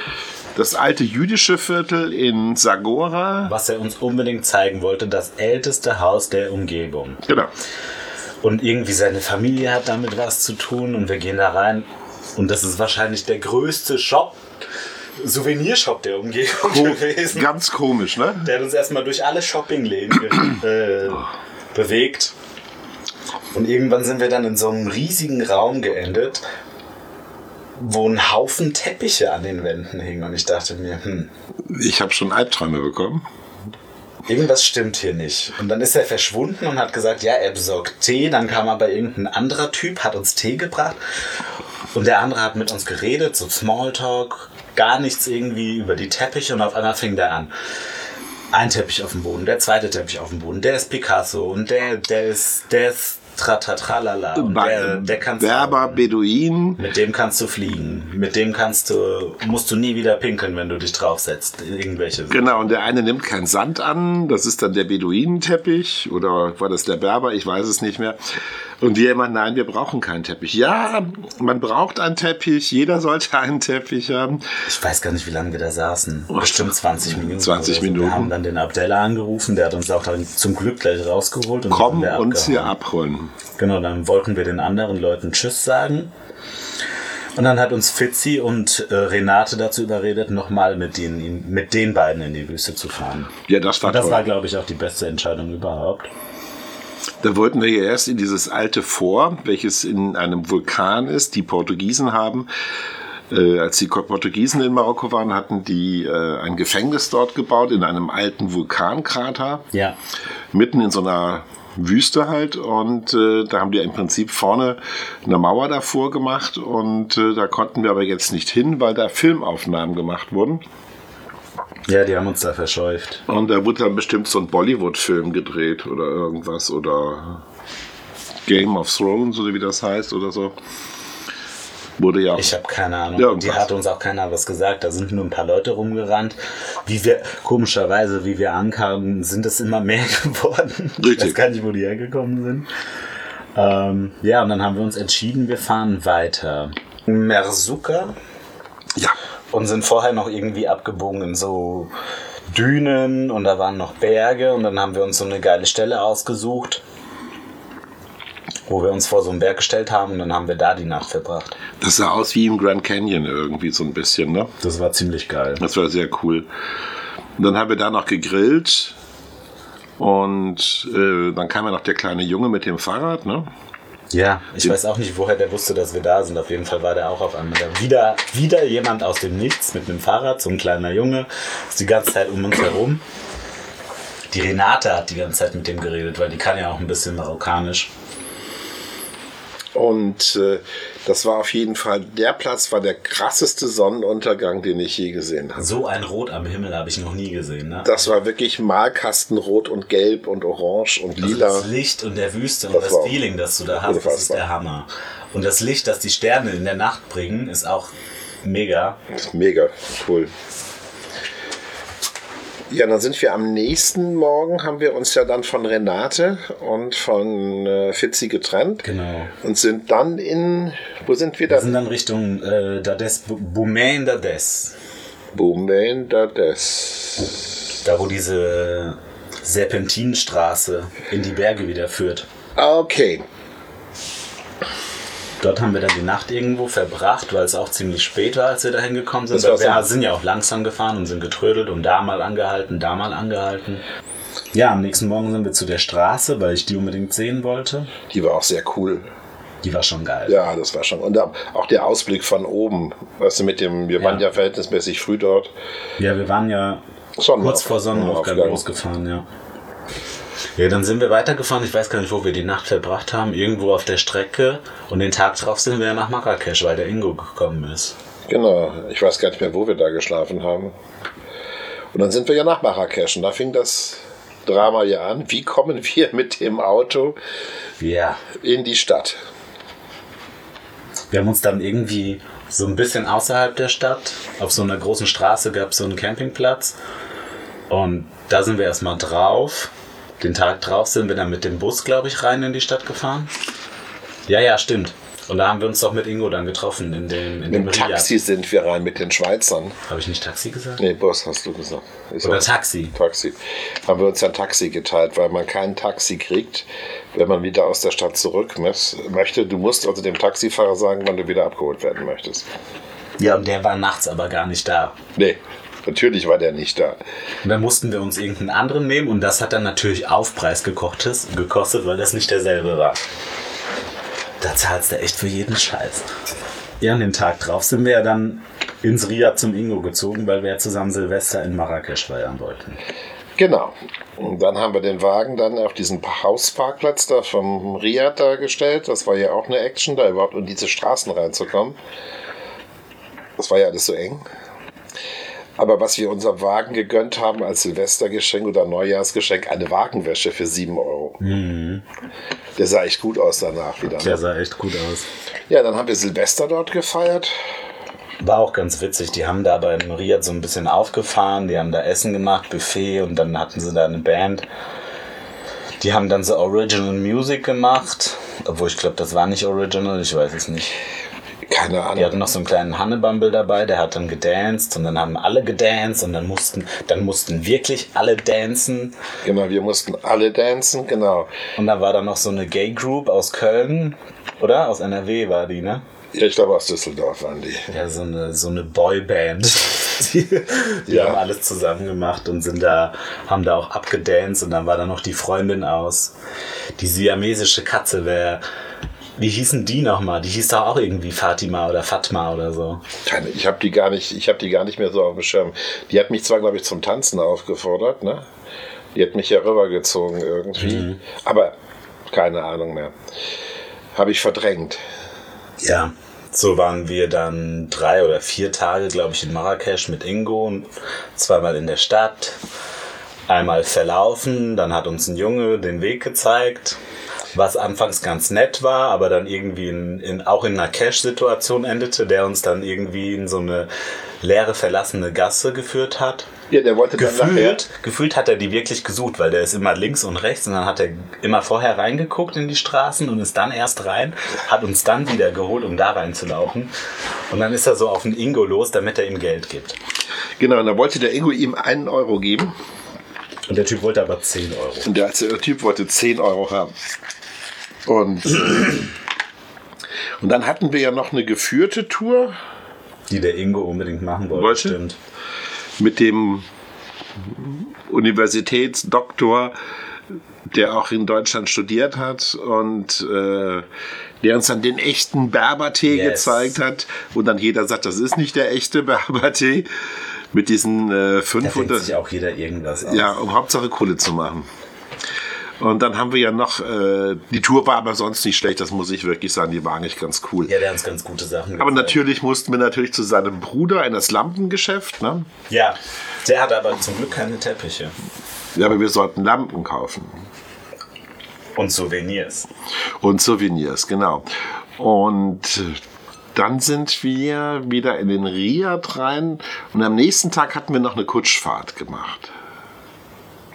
Speaker 2: das alte jüdische Viertel in Sagora.
Speaker 1: Was er uns unbedingt zeigen wollte, das älteste Haus der Umgebung.
Speaker 2: Genau.
Speaker 1: Und irgendwie seine Familie hat damit was zu tun und wir gehen da rein. Und das ist wahrscheinlich der größte Shop, Souvenirshop der Umgebung *laughs* *laughs* gewesen.
Speaker 2: Ganz komisch, ne?
Speaker 1: Der hat uns erstmal durch alle Shoppingläden ge- äh, bewegt. Und irgendwann sind wir dann in so einem riesigen Raum geendet, wo ein Haufen Teppiche an den Wänden hingen. Und ich dachte mir, hm,
Speaker 2: Ich habe schon Albträume bekommen.
Speaker 1: irgendwas stimmt hier nicht. Und dann ist er verschwunden und hat gesagt, ja, er besorgt Tee. Dann kam aber irgendein anderer Typ, hat uns Tee gebracht. Und der andere hat mit uns geredet, so Smalltalk, gar nichts irgendwie über die Teppiche und auf einmal fing der an. Ein Teppich auf dem Boden, der zweite Teppich auf dem Boden, der ist Picasso und der, der ist, der ist tratatralala und der, der ne? kannst
Speaker 2: Berber, Beduin.
Speaker 1: mit dem kannst du fliegen, mit dem kannst du, musst du nie wieder pinkeln, wenn du dich draufsetzt, irgendwelche.
Speaker 2: Genau, und der eine nimmt keinen Sand an, das ist dann der Beduinenteppich oder war das der Berber, ich weiß es nicht mehr. Und jemand, nein, wir brauchen keinen Teppich. Ja, man braucht einen Teppich, jeder sollte einen Teppich haben.
Speaker 1: Ich weiß gar nicht, wie lange wir da saßen. Bestimmt 20 Minuten. oder
Speaker 2: 20
Speaker 1: so.
Speaker 2: Hm, Minuten.
Speaker 1: Wir haben dann den Abdella angerufen, der hat uns auch dann zum Glück gleich rausgeholt. Und
Speaker 2: Komm
Speaker 1: dann sind wir
Speaker 2: uns hier
Speaker 1: abgehauen.
Speaker 2: abholen.
Speaker 1: Genau, dann wollten wir den anderen Leuten Tschüss sagen. Und dann hat uns Fitzi und äh, Renate dazu überredet, nochmal mit, den- mit den beiden in die Wüste zu fahren.
Speaker 2: Ja, das war
Speaker 1: Und das
Speaker 2: Ah, toll.
Speaker 1: war, glaube ich, auch die beste Entscheidung überhaupt.
Speaker 2: Da wollten wir ja erst in dieses alte Fort, welches in einem Vulkan ist, die Portugiesen haben. Äh, als die Portugiesen in Marokko waren, hatten die äh, ein Gefängnis dort gebaut, in einem alten Vulkankrater,
Speaker 1: Ja.
Speaker 2: mitten in so einer Wüste halt. Und äh, da haben die im Prinzip vorne eine Mauer davor gemacht. Und äh, da konnten wir aber jetzt nicht hin, weil da Filmaufnahmen gemacht wurden.
Speaker 1: Ja, die haben uns da verscheucht.
Speaker 2: Und da wurde dann bestimmt so ein Bollywood-Film gedreht oder irgendwas oder Game of Thrones oder wie das heißt oder so. Wurde ja auch.
Speaker 1: Ich habe keine Ahnung.
Speaker 2: Ja,
Speaker 1: die
Speaker 2: krass.
Speaker 1: hat uns auch keiner was gesagt. Da sind nur ein paar Leute rumgerannt. Wie wir, komischerweise, wie wir ankamen, sind es immer mehr *laughs* geworden. Ich
Speaker 2: Richtig.
Speaker 1: weiß gar nicht, wo die hergekommen sind. Ähm, ja, und dann haben wir uns entschieden, wir fahren weiter. Merzuka
Speaker 2: ja,
Speaker 1: und sind vorher noch irgendwie abgebogen in so Dünen und da waren noch Berge und dann haben wir uns so eine geile Stelle ausgesucht, wo wir uns vor so einen Berg gestellt haben und dann haben wir da die Nacht verbracht.
Speaker 2: das sah aus wie im Grand Canyon irgendwie so ein bisschen, ne?
Speaker 1: Das war ziemlich geil.
Speaker 2: Das war sehr cool. Und dann haben wir da noch gegrillt. Und äh, dann kam ja noch der kleine Junge mit dem Fahrrad, ne?
Speaker 1: Ja, ich weiß auch nicht, woher der wusste, dass wir da sind. Auf jeden Fall war der auch auf einmal da. Wieder, wieder jemand aus dem Nichts mit einem Fahrrad, so ein kleiner Junge, ist die ganze Zeit um uns herum. Die Renate hat die ganze Zeit mit dem geredet, weil die kann ja auch ein bisschen marokkanisch.
Speaker 2: Und äh, das war auf jeden Fall, der Platz war der krasseste Sonnenuntergang, den ich je gesehen habe.
Speaker 1: So ein Rot am Himmel habe ich noch nie gesehen. Ne?
Speaker 2: Das war wirklich Malkastenrot und Gelb und Orange und
Speaker 1: Also
Speaker 2: Lila.
Speaker 1: Das Licht und der Wüste und
Speaker 2: Das
Speaker 1: das,
Speaker 2: war
Speaker 1: Feeling, das du da hast, das ist
Speaker 2: unfassbar.
Speaker 1: der Hammer. Und das Licht, das die Sterne in der Nacht bringen, ist auch mega.
Speaker 2: Mega cool. Ja, dann sind wir am nächsten Morgen, haben wir uns ja dann von Renate und von äh, Fitzi getrennt
Speaker 1: Genau.
Speaker 2: und sind dann in, wo sind wir
Speaker 1: Wir sind
Speaker 2: dann?
Speaker 1: dann Richtung äh, Dades, Boumain Dades.
Speaker 2: Boombain Dades.
Speaker 1: Da, wo diese Serpentinenstraße in die Berge wieder führt.
Speaker 2: Okay,
Speaker 1: Dort haben wir dann die Nacht irgendwo verbracht, weil es auch ziemlich spät war, als wir da hingekommen sind.
Speaker 2: Das war
Speaker 1: Weil wir
Speaker 2: so-
Speaker 1: sind ja auch langsam gefahren und sind getrödelt und da mal angehalten, da mal angehalten. Ja, am nächsten Morgen sind wir zu der Straße, weil ich die unbedingt sehen wollte.
Speaker 2: die war auch sehr cool.
Speaker 1: Die war schon geil.
Speaker 2: Ja, das war schon. Und da- auch der Ausblick von oben, weißt du, mit dem, wir waren
Speaker 1: Ja.
Speaker 2: ja verhältnismäßig früh dort.
Speaker 1: Ja, wir waren ja
Speaker 2: Sonnenauf-
Speaker 1: kurz vor Sonnenaufgang
Speaker 2: Aufgang.
Speaker 1: losgefahren, ja. Ja, dann sind wir weitergefahren. Ich weiß gar nicht, wo wir die Nacht verbracht haben. Irgendwo auf der Strecke. Und den Tag drauf sind wir ja nach Marrakesch, weil der Ingo gekommen ist.
Speaker 2: Genau, ich weiß gar nicht mehr, wo wir da geschlafen haben. Und dann sind wir ja nach Marrakesch und da fing das Drama ja an. Wie kommen wir mit dem Auto
Speaker 1: Ja.
Speaker 2: in die Stadt?
Speaker 1: Wir haben uns dann irgendwie so ein bisschen außerhalb der Stadt, auf so einer großen Straße gab es so einen Campingplatz. Und da sind wir erstmal drauf. Den Tag drauf sind wir dann mit dem Bus, glaube ich, rein in die Stadt gefahren. Ja, ja, stimmt. Und da haben wir uns doch mit Ingo dann getroffen in dem, in
Speaker 2: Mit dem
Speaker 1: dem Riad.
Speaker 2: Taxi sind wir rein mit den Schweizern.
Speaker 1: Habe ich nicht Taxi gesagt?
Speaker 2: Nee, Bus hast du gesagt. Ich
Speaker 1: Oder
Speaker 2: sag-
Speaker 1: Taxi.
Speaker 2: Taxi. Haben wir uns ein Taxi geteilt, weil man kein Taxi kriegt, wenn man wieder aus der Stadt zurück muss- möchte. Du musst also dem Taxifahrer sagen, wann du wieder abgeholt werden möchtest.
Speaker 1: Ja, und der war nachts aber gar nicht da.
Speaker 2: Nee, natürlich war der nicht da.
Speaker 1: Und dann mussten wir uns irgendeinen anderen nehmen und das hat dann natürlich Aufpreis gekochtes, gekostet, weil das nicht derselbe war. Da zahlst du echt für jeden Scheiß. Ja, an dem Tag drauf sind wir ja dann ins Riad zum Ingo gezogen, weil wir ja zusammen Silvester in Marrakesch feiern wollten.
Speaker 2: Genau. Und dann haben wir den Wagen dann auf diesen Hausparkplatz da vom Riad da gestellt. Das war ja auch eine Action, da überhaupt in diese Straßen reinzukommen. Das war ja alles so eng. Aber was wir unserem Wagen gegönnt haben als Silvestergeschenk oder Neujahrsgeschenk, eine Wagenwäsche für 7 Euro. Der sah echt gut aus danach wieder.
Speaker 1: Der sah echt gut aus.
Speaker 2: Ja, dann haben wir Silvester dort gefeiert.
Speaker 1: War auch ganz witzig. Die haben da aber in Riyadh so ein bisschen aufgefahren. Die haben da Essen gemacht, Buffet und dann hatten sie da eine Band. Die haben dann so Original Music gemacht. Obwohl ich glaube, das war nicht Original, ich weiß es nicht.
Speaker 2: Keine Ahnung.
Speaker 1: Die hatten noch so einen kleinen Hannebumble dabei, der hat dann gedanced und dann haben alle gedanced und dann mussten, dann mussten wirklich alle dancen.
Speaker 2: Genau, wir mussten alle tanzen, genau.
Speaker 1: Und dann war da noch so eine Gay Group aus Köln, oder? Aus NRW war die, ne?
Speaker 2: Ja, ich glaube aus Düsseldorf waren die.
Speaker 1: Ja, so eine, so eine Boyband. *laughs* Die, die
Speaker 2: Ja.
Speaker 1: haben alles zusammen gemacht und sind da, haben da auch abgedanced und dann war da noch die Freundin aus. Die siamesische Katze, wer. Wie hießen die nochmal? Die hieß doch auch irgendwie Fatima oder Fatma oder so.
Speaker 2: Keine, ich habe die gar nicht, ich habe die gar nicht mehr so auf dem Schirm. Die hat mich zwar, glaube ich, zum Tanzen aufgefordert, ne? Die hat mich ja rübergezogen irgendwie. Aber keine Ahnung mehr. Habe ich verdrängt.
Speaker 1: Ja. So waren wir dann drei oder vier Tage, glaube ich, in Marrakesch mit Ingo und zweimal in der Stadt. Einmal verlaufen, dann hat uns ein Junge den Weg gezeigt, was anfangs ganz nett war, aber dann irgendwie in, in, auch in einer Cash-Situation endete, der uns dann irgendwie in so eine leere, verlassene Gasse geführt hat.
Speaker 2: Ja, der wollte dann nachher.
Speaker 1: Gefühlt, gefühlt hat er die wirklich gesucht, weil der ist immer links und rechts und dann hat er immer vorher reingeguckt in die Straßen und ist dann erst rein, hat uns dann wieder geholt, um da reinzulaufen. Und dann ist er so auf den Ingo los, damit er ihm Geld gibt.
Speaker 2: Genau, und da wollte der Ingo ihm einen Euro geben.
Speaker 1: Und der Typ wollte aber 10 Euro.
Speaker 2: Und der, der Typ wollte 10 Euro haben. Und, *clears throat* und dann hatten wir ja noch eine geführte Tour
Speaker 1: Die der Ingo unbedingt machen wollte.
Speaker 2: Wollte?
Speaker 1: Stimmt.
Speaker 2: mit dem Universitätsdoktor, der auch in Deutschland studiert hat und äh, der uns dann den echten Berbertee
Speaker 1: Yes.
Speaker 2: gezeigt hat. Und dann jeder sagt, das ist nicht der echte Berbertee. Mit diesen äh,
Speaker 1: Da
Speaker 2: 500.
Speaker 1: denkt sich auch jeder irgendwas aus.
Speaker 2: Ja, um Hauptsache Kohle zu machen. Und dann haben wir ja noch, äh, die Tour war aber sonst nicht schlecht, das muss ich wirklich sagen, die war eigentlich ganz cool.
Speaker 1: ja, der hat uns ganz gute Sachen
Speaker 2: Aber
Speaker 1: gezeigt.
Speaker 2: natürlich mussten wir natürlich zu seinem Bruder in das Lampengeschäft, ne?
Speaker 1: Ja, der hat aber zum Glück keine Teppiche.
Speaker 2: Ja, aber wir sollten Lampen kaufen.
Speaker 1: Und Souvenirs.
Speaker 2: Und Souvenirs, genau. Und dann sind wir wieder in den Riad rein und am nächsten Tag hatten wir noch eine Kutschfahrt gemacht.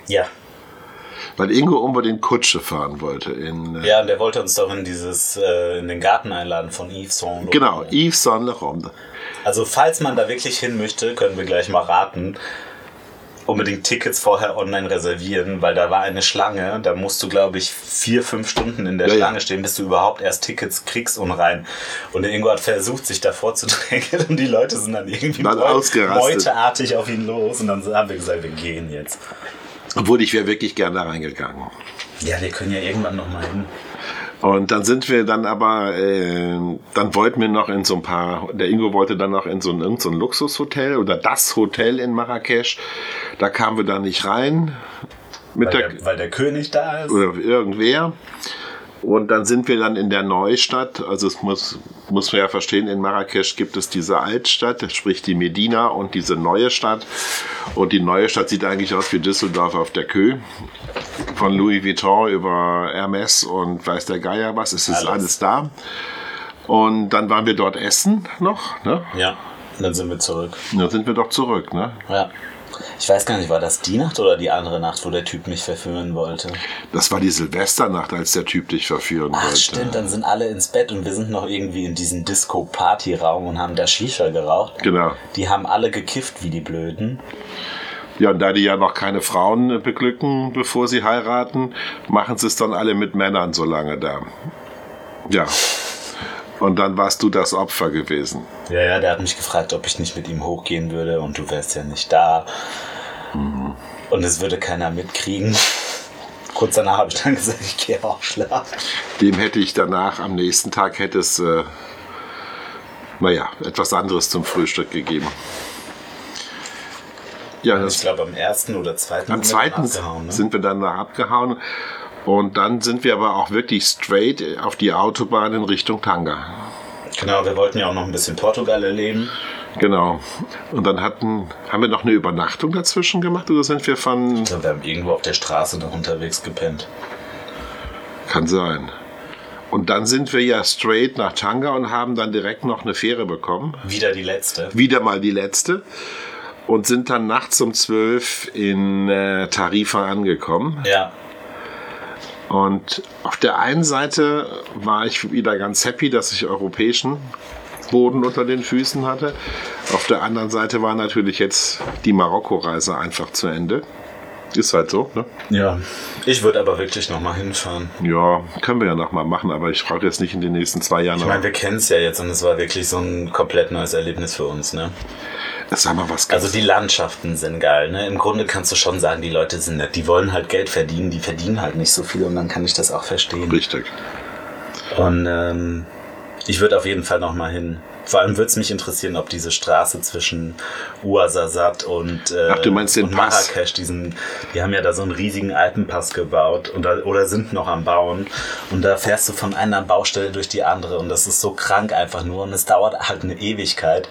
Speaker 1: Ja.
Speaker 2: Weil Ingo unbedingt Kutsche fahren wollte in äh,
Speaker 1: Ja, und der wollte uns doch in dieses, äh, in den Garten einladen von Yves Saint Laurent.
Speaker 2: genau, Yves Saint Laurent.
Speaker 1: Also falls man da wirklich hin möchte, können wir gleich mal raten. Unbedingt Tickets vorher online reservieren, weil da war eine Schlange. Da musst du, glaube ich, vier, fünf Stunden in der
Speaker 2: Ja, ja.
Speaker 1: Schlange stehen, bis du überhaupt erst Tickets kriegst und rein. Und der Ingo hat versucht, sich davor zu *laughs* drängen und die Leute sind dann irgendwie
Speaker 2: Dann
Speaker 1: meu-
Speaker 2: ausgerastet.
Speaker 1: meuteartig auf ihn los. Und dann haben wir gesagt, wir gehen jetzt.
Speaker 2: Obwohl ich wäre wirklich gerne da reingegangen.
Speaker 1: Ja, wir können ja irgendwann nochmal hin.
Speaker 2: Und dann sind wir dann aber, äh, dann wollten wir noch in so ein paar, der Ingo wollte dann noch in so ein, irgend so ein Luxushotel oder das Hotel in Marrakesch. Da kamen wir dann nicht rein mit
Speaker 1: Weil
Speaker 2: der,
Speaker 1: der, weil der König da ist.
Speaker 2: oder irgendwer. Und dann sind wir dann in der Neustadt. Also es muss, muss man ja verstehen, in Marrakesch gibt es diese Altstadt, sprich die Medina und diese neue Stadt. Und die neue Stadt sieht eigentlich aus wie Düsseldorf auf der Kö. Von Louis Vuitton über Hermes und weiß der Geier was. Es ist
Speaker 1: Alles.
Speaker 2: alles, da. Und dann waren wir dort essen noch. Ne?
Speaker 1: Ja, dann sind wir zurück.
Speaker 2: Und Dann sind wir doch zurück. Ne?
Speaker 1: Ja. Ich weiß gar nicht, war das die Nacht oder die andere Nacht, wo der Typ mich verführen wollte?
Speaker 2: Das war die Silvesternacht, als der Typ dich verführen
Speaker 1: Ach
Speaker 2: wollte.
Speaker 1: stimmt, dann sind alle ins Bett und wir sind noch irgendwie in diesem Disco-Party-Raum und haben da Shisha geraucht.
Speaker 2: Genau.
Speaker 1: Die haben alle gekifft wie die Blöden.
Speaker 2: Ja, und da die ja noch keine Frauen äh, beglücken, bevor sie heiraten, machen sie es dann alle mit Männern so lange da. Ja. Und dann warst du das Opfer gewesen.
Speaker 1: Ja, ja, der hat mich gefragt, ob ich nicht mit ihm hochgehen würde und du wärst ja nicht da.
Speaker 2: Mhm.
Speaker 1: Und es würde keiner mitkriegen. Kurz danach habe ich dann *laughs* gesagt, ich gehe auch schlafen.
Speaker 2: Dem hätte ich danach, am nächsten Tag hätte es, äh, naja, etwas anderes zum Frühstück gegeben. Ja,
Speaker 1: Und
Speaker 2: das-
Speaker 1: ich glaube, am ersten oder zweiten
Speaker 2: Am
Speaker 1: sind wir
Speaker 2: zweiten
Speaker 1: abgehauen, ne?
Speaker 2: sind wir dann nach abgehauen. Und dann sind wir aber auch wirklich straight auf die Autobahn in Richtung Tanga.
Speaker 1: Genau, wir wollten ja auch noch ein bisschen Portugal erleben.
Speaker 2: Genau. Und dann hatten, haben wir noch eine Übernachtung dazwischen gemacht oder sind wir von.
Speaker 1: Ich glaube, wir haben irgendwo auf der Straße noch unterwegs gepennt.
Speaker 2: Kann sein. Und dann sind wir ja straight nach Tanga und haben dann direkt noch eine Fähre bekommen.
Speaker 1: Wieder die letzte.
Speaker 2: Wieder mal die letzte. Und sind dann nachts um 12 in äh, Tarifa angekommen.
Speaker 1: Ja,
Speaker 2: Und auf der einen Seite war ich wieder ganz happy, dass ich europäischen Boden unter den Füßen hatte. Auf der anderen Seite war natürlich jetzt die Marokko-Reise einfach zu Ende. Ist halt so, ne?
Speaker 1: ja. Ich würde aber wirklich nochmal hinfahren.
Speaker 2: Ja, können wir ja nochmal machen, aber ich frage jetzt nicht in den nächsten zwei Jahren.
Speaker 1: Ich meine,
Speaker 2: aber
Speaker 1: wir kennen es ja jetzt und es war wirklich so ein komplett neues Erlebnis für uns, ne?
Speaker 2: Das war mal was ganz.
Speaker 1: Also die Landschaften sind geil, ne? Im Grunde kannst du schon sagen, die Leute sind nett. Die wollen halt Geld verdienen, die verdienen halt nicht so viel und dann kann ich das auch verstehen.
Speaker 2: richtig.
Speaker 1: Und ähm, ich würde auf jeden Fall nochmal hin. Vor allem würde es mich interessieren, ob diese Straße zwischen Ouarzazate und, äh,
Speaker 2: Ach, du meinst den
Speaker 1: und
Speaker 2: Pass?
Speaker 1: Marrakesch, diesen, die haben ja da so einen riesigen Alpenpass gebaut und da, oder sind noch am Bauen. Und da fährst du von einer Baustelle durch die andere und das ist so krank einfach nur und es dauert halt eine Ewigkeit.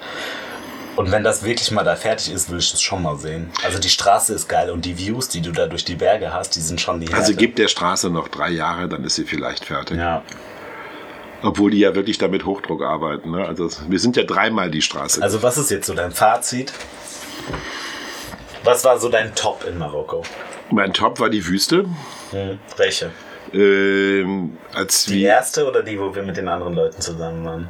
Speaker 1: Und wenn das wirklich mal da fertig ist, will ich das schon mal sehen. Also die Straße ist geil und die Views, die du da durch die Berge hast, die sind schon die
Speaker 2: Also
Speaker 1: Härte.
Speaker 2: gib der Straße noch drei Jahre, dann ist sie vielleicht fertig.
Speaker 1: ja.
Speaker 2: Obwohl die ja wirklich damit Hochdruck arbeiten. Ne? Also es- wir sind ja dreimal die Straße.
Speaker 1: Also was ist jetzt so dein Fazit? Was war so dein Top in Marokko?
Speaker 2: mein Top war die Wüste. Hm.
Speaker 1: Welche?
Speaker 2: Ähm, als
Speaker 1: Die
Speaker 2: wir
Speaker 1: erste oder die, wo wir mit den anderen Leuten zusammen waren?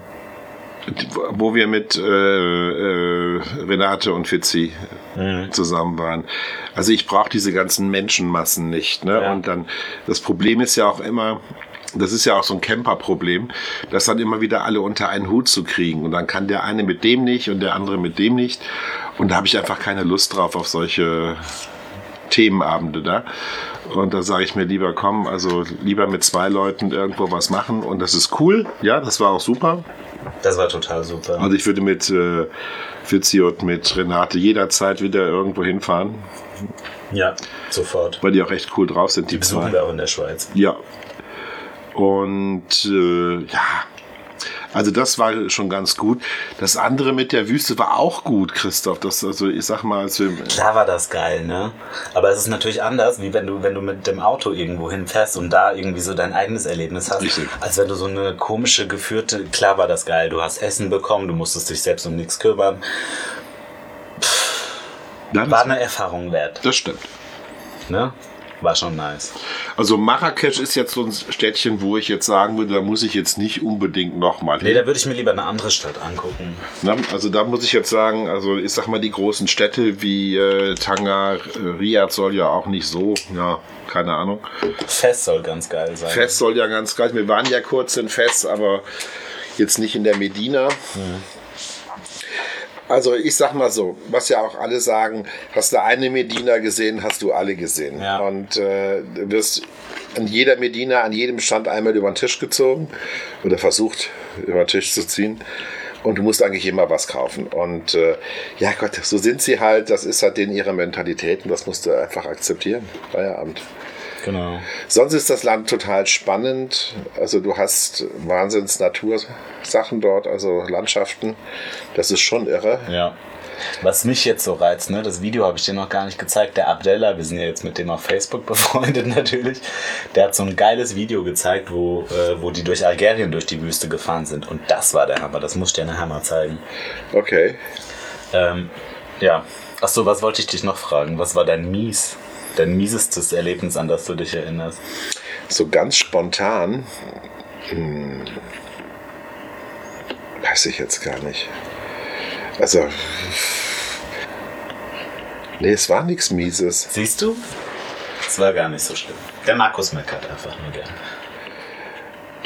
Speaker 2: wo wir mit äh, äh, Renate und Fitzi zusammen waren. Also ich brauche diese ganzen Menschenmassen nicht. Ne?
Speaker 1: Ja.
Speaker 2: Und dann das Problem ist ja auch immer, das ist ja auch so ein Camper-Problem, dass dann immer wieder alle unter einen Hut zu kriegen. Und dann kann der eine mit dem nicht und der andere mit dem nicht. Und da habe ich einfach keine Lust drauf auf solche Themenabende da. Und da sage ich mir lieber, komm, also lieber mit zwei Leuten irgendwo was machen. Und das ist cool. Ja, das war auch super.
Speaker 1: Das war total super.
Speaker 2: Also ich würde mit äh, Fitzi und mit Renate jederzeit wieder irgendwo hinfahren,
Speaker 1: ja, sofort.
Speaker 2: weil die auch echt cool drauf sind, die
Speaker 1: Besuchen
Speaker 2: zwei.
Speaker 1: wir auch in der Schweiz.
Speaker 2: Ja. Und äh, ja, also das war schon ganz gut. Das andere mit der Wüste war auch gut, Christoph. Das, also ich sag mal, als wir,
Speaker 1: Klar war das geil, ne? Aber es ist natürlich anders, wie wenn du, wenn du mit dem Auto irgendwo hinfährst und da irgendwie so dein eigenes Erlebnis hast,
Speaker 2: Richtig.
Speaker 1: als wenn du so eine komische geführte, klar war das geil, du hast Essen bekommen, du musstest dich selbst um nichts kümmern. War ne-
Speaker 2: Ja, das,
Speaker 1: eine Erfahrung wert,
Speaker 2: das stimmt.
Speaker 1: ne? War schon nice.
Speaker 2: Also Marrakesch ist jetzt so ein Städtchen, wo ich jetzt sagen würde, da muss ich jetzt nicht unbedingt nochmal hin.
Speaker 1: Nee, da würde ich mir lieber eine andere Stadt angucken.
Speaker 2: Na, also da muss ich jetzt sagen, also ich sag mal, die großen Städte wie äh, Tanga, äh, Riyadh soll ja auch nicht so, ja, keine Ahnung.
Speaker 1: Fest soll ganz geil sein.
Speaker 2: Fest soll ja ganz gleich, wir waren ja kurz in Fest, aber jetzt nicht in der Medina. Also ich sag mal so, was ja auch alle sagen, hast du eine Medina gesehen, hast du alle gesehen.
Speaker 1: Ja.
Speaker 2: Und äh, du wirst an jeder Medina, an jedem Stand einmal über den Tisch gezogen oder versucht über den Tisch zu ziehen. Und du musst eigentlich immer was kaufen. Und äh, ja Gott, so sind sie halt, das ist halt denen ihre Mentalität und das musst du einfach akzeptieren. Feierabend.
Speaker 1: Genau.
Speaker 2: Sonst ist das Land total spannend. Also du hast Wahnsinns Natursachen dort, also Landschaften. Das ist schon irre.
Speaker 1: Ja. Was mich jetzt so reizt, ne, das Video habe ich dir noch gar nicht gezeigt. Der Abdella, wir sind ja jetzt mit dem auf Facebook *laughs* befreundet natürlich, der hat so ein geiles Video gezeigt, wo, äh, wo die durch Algerien durch die Wüste gefahren sind. Und das war der Hammer, das muss ich dir nachher mal zeigen.
Speaker 2: Okay.
Speaker 1: Ähm, ja. Achso, was wollte ich dich noch fragen? Was war dein mies? Dein miesestes Erlebnis, an das du dich erinnerst?
Speaker 2: So ganz spontan. Hm. Weiß ich jetzt gar nicht. Also. Nee, es war nichts Mieses.
Speaker 1: Siehst du? Es war gar nicht so schlimm. Der Markus meckert einfach nur gern.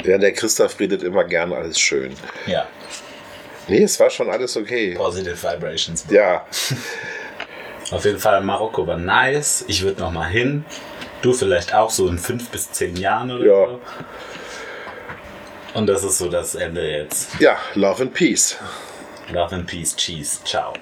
Speaker 2: Ja, der Christoph redet immer gern alles schön.
Speaker 1: Ja.
Speaker 2: Nee, es war schon alles okay.
Speaker 1: Positive Vibrations.
Speaker 2: Ja,
Speaker 1: Auf jeden Fall Marokko war nice. Ich würde noch mal hin. Du vielleicht auch so in fünf bis zehn Jahren oder
Speaker 2: Ja.
Speaker 1: so. Und das ist so das Ende jetzt.
Speaker 2: ja, Love and Peace.
Speaker 1: Love and Peace, Cheese, ciao.